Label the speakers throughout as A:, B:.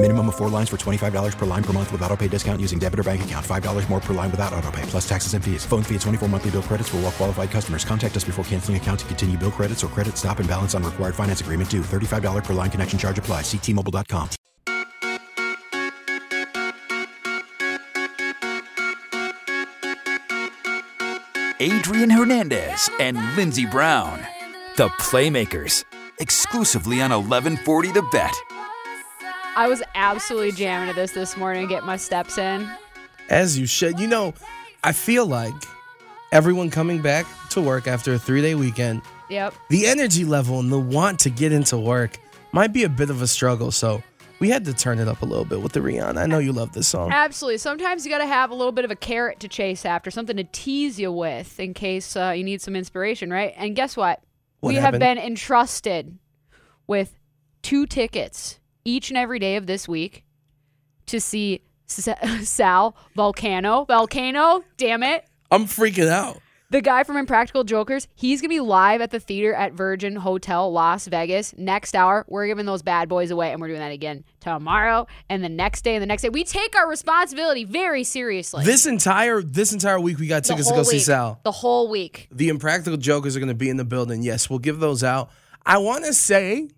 A: Minimum of four lines for $25 per line per month with auto pay discount using debit or bank account. $5 more per line without auto pay, plus taxes and fees. Phone fee at 24 monthly bill credits for all well qualified customers. Contact us before canceling account to continue bill credits or credit stop and balance on required finance agreement due. $35 per line connection charge applies. Ctmobile.com.
B: Adrian Hernandez and Lindsey Brown, the Playmakers, exclusively on 1140 The Bet.
C: I was absolutely jamming to this this morning, getting my steps in.
D: As you should. You know, I feel like everyone coming back to work after a three day weekend,
C: Yep.
D: the energy level and the want to get into work might be a bit of a struggle. So we had to turn it up a little bit with the Rihanna. I know you love this song.
C: Absolutely. Sometimes you got to have a little bit of a carrot to chase after, something to tease you with in case uh, you need some inspiration, right? And guess what?
D: What
C: we
D: happened?
C: have been entrusted with two tickets each and every day of this week to see S- Sal Volcano. Volcano, damn it.
D: I'm freaking out.
C: The guy from Impractical Jokers, he's going to be live at the theater at Virgin Hotel Las Vegas next hour. We're giving those bad boys away, and we're doing that again tomorrow and the next day and the next day. We take our responsibility very seriously.
D: This entire this entire week we got
C: The
D: tickets to go
C: whole
D: see
C: week.
D: Sal.
C: The whole week.
D: The Impractical Jokers are going to be in the building. Yes, we'll give those out. I want to say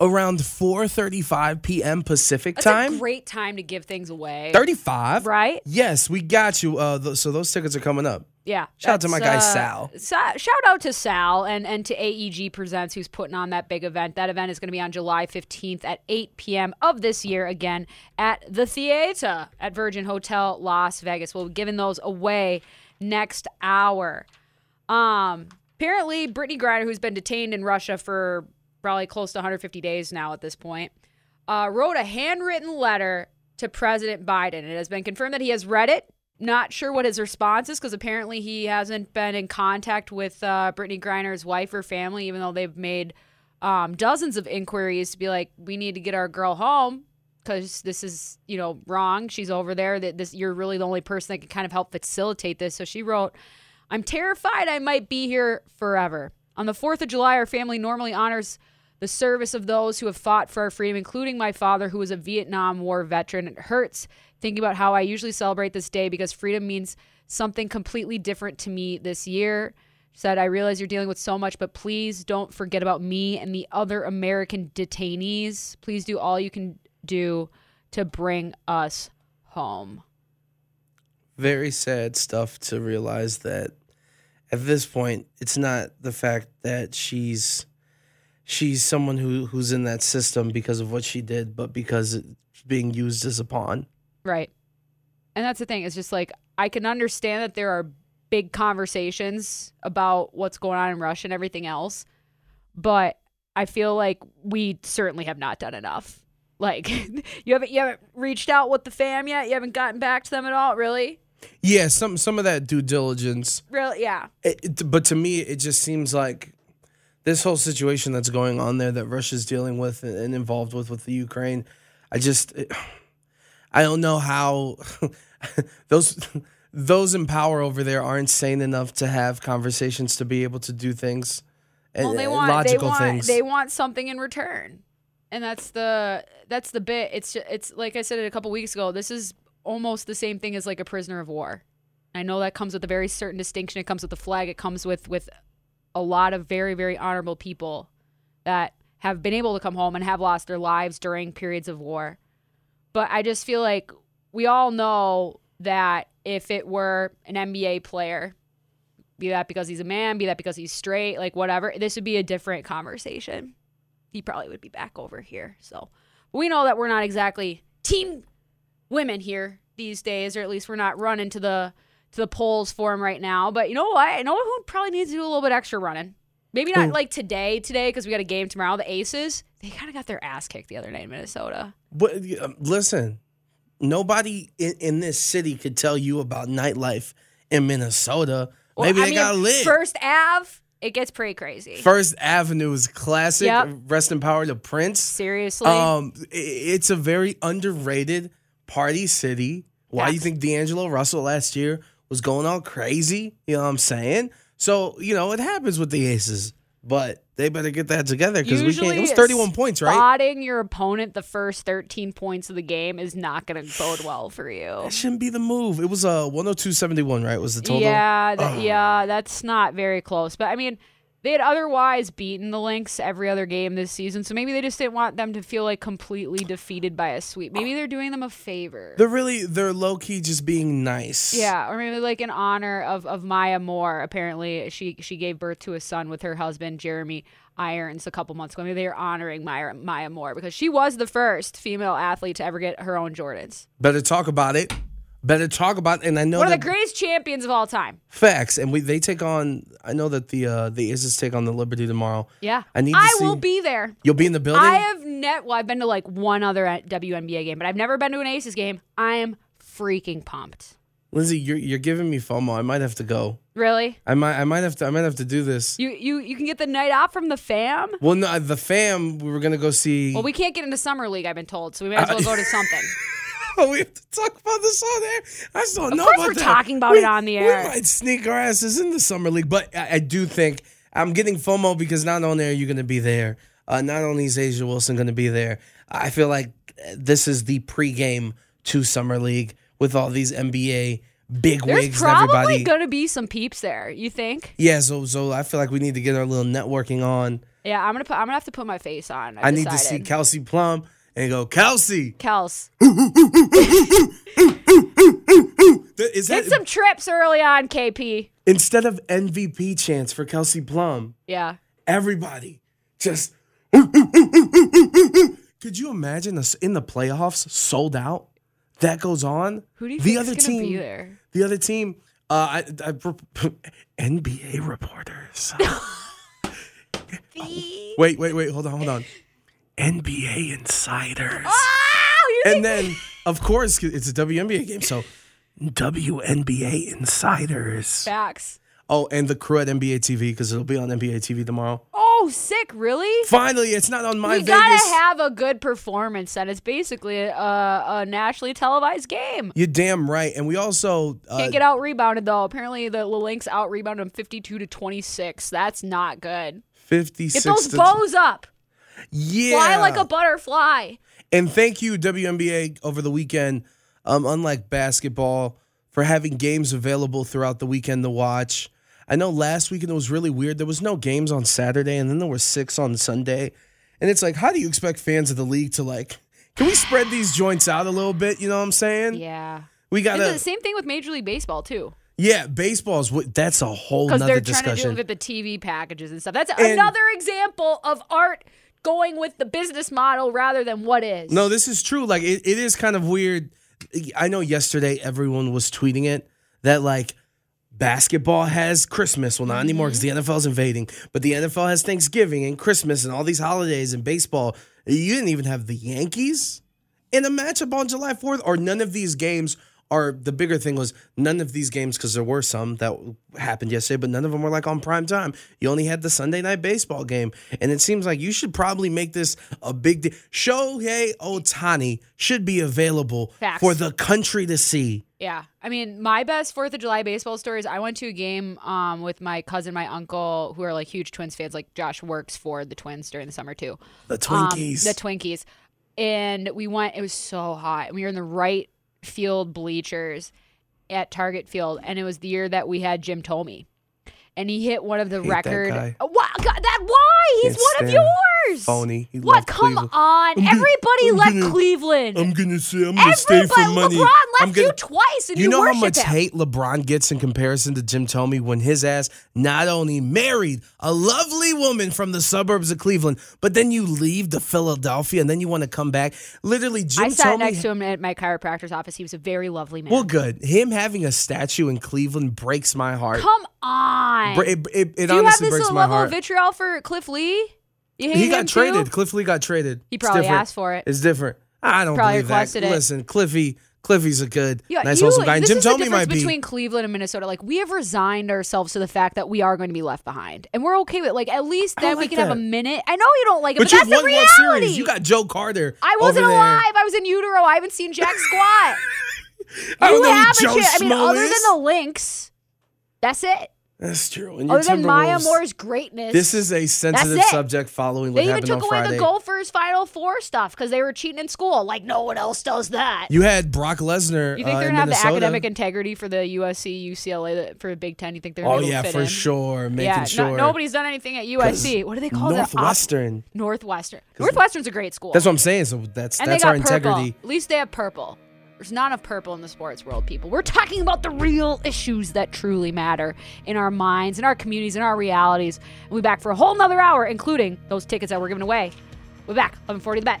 D: around 4:35 p.m. Pacific
C: That's
D: time.
C: a great time to give things away.
D: 35.
C: Right?
D: Yes, we got you. Uh, th- so those tickets are coming up.
C: Yeah.
D: Shout out to my
C: that's,
D: guy,
C: uh,
D: Sal.
C: Sa- shout out to Sal and, and to AEG Presents, who's putting on that big event. That event is going to be on July 15th at 8 p.m. of this year, again, at the theater at Virgin Hotel Las Vegas. We'll be giving those away next hour. Um, apparently, Brittany Griner, who's been detained in Russia for probably close to 150 days now at this point, uh, wrote a handwritten letter to President Biden. It has been confirmed that he has read it. Not sure what his response is because apparently he hasn't been in contact with uh, Brittany Griner's wife or family, even though they've made um, dozens of inquiries to be like, we need to get our girl home because this is you know wrong. She's over there. That this you're really the only person that can kind of help facilitate this. So she wrote, "I'm terrified I might be here forever." On the Fourth of July, our family normally honors the service of those who have fought for our freedom, including my father, who was a Vietnam War veteran. It hurts thinking about how I usually celebrate this day because freedom means something completely different to me this year. She said, I realize you're dealing with so much, but please don't forget about me and the other American detainees. Please do all you can do to bring us home.
D: Very sad stuff to realize that at this point it's not the fact that she's she's someone who who's in that system because of what she did, but because it's being used as a pawn.
C: Right. And that's the thing. It's just like I can understand that there are big conversations about what's going on in Russia and everything else, but I feel like we certainly have not done enough. Like you haven't you haven't reached out with the fam yet. You haven't gotten back to them at all, really?
D: Yeah, some some of that due diligence
C: Really? Yeah.
D: It, it- but to me, it just seems like this whole situation that's going on there that Russia's dealing with and involved with with the Ukraine. I just, I don't know how those those in power over there are insane enough to have conversations to be able to do things and
C: well, they
D: and
C: want they
D: Eh, logical
C: want
D: things.
C: they want something in return, and that's the that's the bit. It's ju- it's like I said it a couple weeks ago. This is almost the same thing as like a prisoner of war. I know that comes with a very certain distinction. It comes with the flag. It comes with with a lot of very very honorable people that have been able to come home and have lost their lives during periods of war. But I just feel like we all know that if it were an NBA player be that because he's a man, be that because he's straight, like whatever, this would be a different conversation. He probably would be back over here. So, We know that we're not exactly team women here these days, or at least we're not running to the to the polls for him right now. But you know what? I know who probably needs to do a little bit extra running. Maybe not like today, today because we got a game tomorrow. The Aces they kind of got their ass kicked the other night in Minnesota.
D: But uh, listen, nobody in, in this city could tell you about nightlife in Minnesota.
C: Well,
D: Maybe
C: I
D: they
C: mean,
D: got lit.
C: First Ave, it gets pretty crazy.
D: First Avenue is classic.
C: Yep.
D: Rest in power to Prince.
C: Seriously,
D: Um, i- it's a very underrated party city. Why do you
C: Yes.
D: think D'Angelo Russell last year was going all crazy? You know what I'm saying? So you know it happens with the Aces, but they better get that together because we can't. It was
C: Usually
D: 31 points, right?
C: Spotting your opponent the first 13 points of the game is not going to bode well for you.
D: That shouldn't be the move. It was a uh, 102.71, right? Was the total?
C: Yeah, th- yeah, that's not very close. But I mean, they had otherwise beaten the Lynx every other game this season, so maybe they just didn't want them to feel like completely defeated by a sweep. Maybe they're doing them a favor.
D: They're really they're low key just being nice.
C: Yeah, or maybe like in honor of of Maya Moore. Apparently, she she gave birth to a son with her husband Jeremy Irons a couple months ago. Maybe they are honoring Maya Maya Moore because she was the first female athlete to ever get her own Jordans.
D: Better talk about it. Better talk about and I know
C: One of
D: that
C: the greatest champions of all time.
D: facts and we they take on I know that the uh the Aces take on the Liberty tomorrow.
C: Yeah,
D: I need to
C: I
D: see-
C: will be there.
D: You'll be in the building?
C: I have net. Well, I've been to like one other WNBA game, but I've never been to an Aces game. I am freaking pumped.
D: Lindsay, you're you're giving me FOMO. I might have to go.
C: Really,
D: I might I might have to I might have to do this.
C: you you you can get the night off from the fam.
D: Well no uh, the fam we were gonna go see
C: Well, we can't get into summer league. I've been told, so we might as
D: Uh,
C: well go to something.
D: Oh, we have to talk about this on air. I still know
C: course
D: about
C: we're
D: that.
C: talking about
D: We-
C: it on the air.
D: We might sneak our asses in the summer league, but I, I do think I'm getting FOMO because not only are you going to be there, uh, not only is Asia Wilson going to be there. I feel like uh, this is the pregame to summer league with all these NBA big
C: There's
D: wigs and
C: probably
D: everybody.
C: going to be some peeps there. You think?
D: yeah, so so I feel like we need to get our little networking on.
C: Yeah, I'm gonna put. I'm gonna have to put my face on. I've
D: I need to see
C: decided.
D: Kelsey Plum and go Kelsey.
C: Kels.
D: th- Is that
C: Get some trips early on, KP.
D: instead of MVP chance for Kelsey Plum?
C: Yeah.
D: everybody just could you imagine us in the playoffs sold out that goes on
C: Who do you
D: the
C: think's
D: other
C: gonna
D: team
C: be there?
D: the other team uh I, I, nba reporters wait wait wait hold on hold on nba insiders
C: Oh, you
D: and then of course it's a WNBA game so WNBA insiders
C: facts.
D: oh and the crew at NBA TV because it'll be on NBA TV tomorrow
C: Oh, sick! Really?
D: Finally, it's not on my
C: we
D: Vegas.
C: gotta have a good performance, and it's basically a, a nationally televised game.
D: You're damn right. And we also uh,
C: Can't get out rebounded though. Apparently, the Lynx out rebounded them 52 to 26. That's not good.
D: 56.
C: Get those
D: to-
C: bows up.
D: Yeah.
C: Fly like a butterfly.
D: and thank you WNBA over the weekend. Um, unlike basketball, for having games available throughout the weekend to watch. I know last weekend it was really weird. There was no games on Saturday, and then there were six on Sunday. And it's like, how do you expect fans of the league to like? Can we spread these joints out a little bit? You know what I'm saying?
C: Yeah.
D: We
C: And the
D: gotta.
C: same thing with Major League Baseball too,
D: Yeah, baseball's. what- That's a whole
C: because
D: nother
C: they're
D: discussion.
C: trying to do it with the TV packages and stuff. That's
D: And-
C: another example of art going with the business model rather than what is.
D: No, this is true. Like it, it is kind of weird. I know yesterday everyone was tweeting it that like basketball has Christmas. Well, not anymore because
C: Mm-hmm.
D: the NFL's invading, but the NFL has Thanksgiving and Christmas and all these holidays and baseball. You didn't even have the Yankees in a matchup on July 4th, or none of these games are the bigger thing was none of these games because there were some that happened yesterday, but none of them were like on prime time. You only had the Sunday night baseball game, and it seems like you should probably make this a big deal. Shohei Otani should be available
C: Facts.
D: for the country to see.
C: Yeah. I mean, my best 4th of July baseball story is I went to a game um, with my cousin, my uncle, who are like huge Twins fans. Like Josh works for the Twins during the summer too.
D: The
C: Um,
D: Twinkies.
C: the Twinkies. And we went, it was so hot. We were in the right field bleachers at Target Field. And it was the year that we had Jim Tomey. And he hit one of the
D: Hate that
C: record.
D: guy.
C: Uh, wha- God, that why? He's
D: Can't
C: one of
D: stand him.
C: yours. cares?
D: Phony. He
C: What?
D: loved
C: Come
D: Cleveland. Um,
C: on.
D: I'm gonna-
C: Everybody
D: I'm
C: left
D: gonna-
C: Cleveland.
D: I'm gonna say I'm gonna
C: Everybody,
D: stay for money.
C: LeBron left
D: I'm gonna,
C: you twice, and you,
D: you know how
C: worship
D: much
C: him.
D: hate LeBron gets in comparison to Jim Tomey when his ass not only married a lovely woman from the suburbs of Cleveland, but then you leave to Philadelphia and then you want to come back. Literally, Jim
C: I sat
D: Tomey.
C: next to him at my chiropractor's office. He was a very lovely man.
D: well, good. Him having a statue in Cleveland breaks my heart.
C: Come on.
D: Bra- It, it, it
C: Do you have
D: honestly
C: this
D: breaks
C: level
D: my
C: of
D: heart.
C: vitriol for Cliff Lee? You hate
D: He
C: him
D: got
C: too?
D: traded. Cliff Lee got traded.
C: He
D: It's
C: probably
D: different.
C: asked for it.
D: It's different. I don't
C: Probably
D: believe that.
C: requested it.
D: Listen, Cliffy, Cliffy's a good,
C: Yeah,
D: nice,
C: you,
D: wholesome guy. And
C: This
D: Jim
C: is the
D: Tomey
C: difference
D: might be.
C: between Cleveland and Minnesota. Like we have resigned ourselves to the fact that we are going to be left behind, and we're okay with. it. Like at least
D: I don't
C: then we
D: like
C: can have
D: that.
C: a minute. I know you don't like it, but,
D: but you
C: that's
D: won
C: the
D: World
C: reality.
D: Series. You got Joe Carter.
C: I wasn't
D: over there.
C: alive. I was in utero. I haven't seen Jack squat.
D: I
C: you
D: don't know who
C: have
D: Joe
C: a chance. I mean,
D: Schmo
C: other
D: is.
C: than the Lynx, that's it.
D: That's true. And your
C: Other than Maya
D: Timberwolves-
C: Moore's greatness.
D: This is a sensitive
C: it.
D: subject following what
C: They even
D: happened
C: took
D: on
C: away
D: Friday.
C: the golfers' Final Four stuff because they were cheating in school. Like no one else does that.
D: You had Brock Lesnar.
C: You think
D: uh,
C: they're
D: in
C: gonna have
D: Minnesota.
C: the academic integrity for the USC, UCLA that- for the Big Ten? You think they're
D: Oh
C: gonna
D: yeah,
C: fit
D: for
C: in?
D: sure. Making
C: yeah, no-
D: sure.
C: nobody's done anything at USC. What do they call that? Op-
D: Northwestern.
C: Northwestern. Northwestern's a great school.
D: That's what I'm saying. So that's
C: and
D: that's
C: they got
D: our integrity.
C: purple. At least they have purple. There's not enough purple in the sports world, people. We're talking about the real issues that truly matter in our minds, in our communities, in our realities. We'll be back for a whole nother hour, including those tickets that we're giving away. We'll be back, 1140 the bet.